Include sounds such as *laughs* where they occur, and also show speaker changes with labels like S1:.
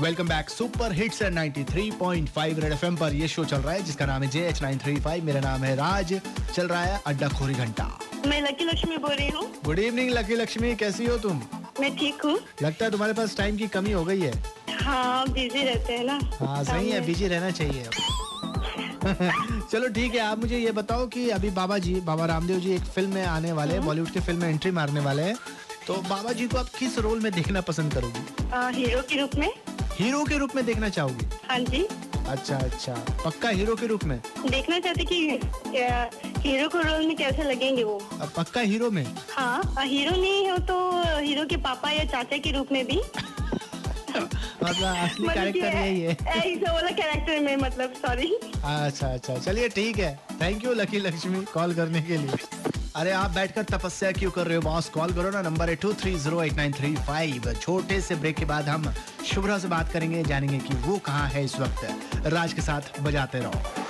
S1: welcome back super hits 93.5 red FM पर ये show चल रहा है जिसका नाम है J H nine three five मेरा नाम है राज चल रहा है अड्डा खोरी घंटा
S2: मैं लकी लक्ष्मी बोल रही हूँ
S1: गुड इवनिंग लकी लक्ष्मी कैसी हो तुम
S2: मैं ठीक हूँ
S1: लगता है तुम्हारे पास टाइम की कमी हो गई है
S2: हाँ बिजी रहते हैं ना
S1: हाँ सही है बिजी रहना चाहिए *laughs* चलो ठीक है आप मुझे ये बताओ कि अभी बाबा जी बाबा रामदेव जी एक फिल्म में आने वाले हैं बॉलीवुड की फिल्म में एंट्री मारने वाले हैं तो बाबा जी को आप किस रोल में देखना पसंद करोगी
S2: आ, हीरो के रूप में
S1: हीरो के रूप में देखना चाहोगी
S2: हाँ जी
S1: अच्छा अच्छा पक्का हीरो के रूप में
S2: देखना चाहते कि आ, हीरो को रोल में कैसे लगेंगे वो
S1: अ, पक्का हीरो में
S2: हाँ आ, हीरो नहीं हो तो हीरो के पापा या चाचा के
S1: *laughs*
S2: रूप में भी
S1: मतलब असली कैरेक्टर यही है
S2: ऐसा वाला कैरेक्टर में मतलब सॉरी
S1: अच्छा अच्छा चलिए ठीक है thank you lucky Lakshmi call करने के लिए अरे आप बैठकर तपस्या क्यों कर रहे हो बॉस कॉल करो ना नंबर है two three zero eight nine three five छोटे से ब्रेक के बाद हम शुभ्रा से बात करेंगे जानेंगे कि वो कहाँ है इस वक्त राज के साथ बजाते रहो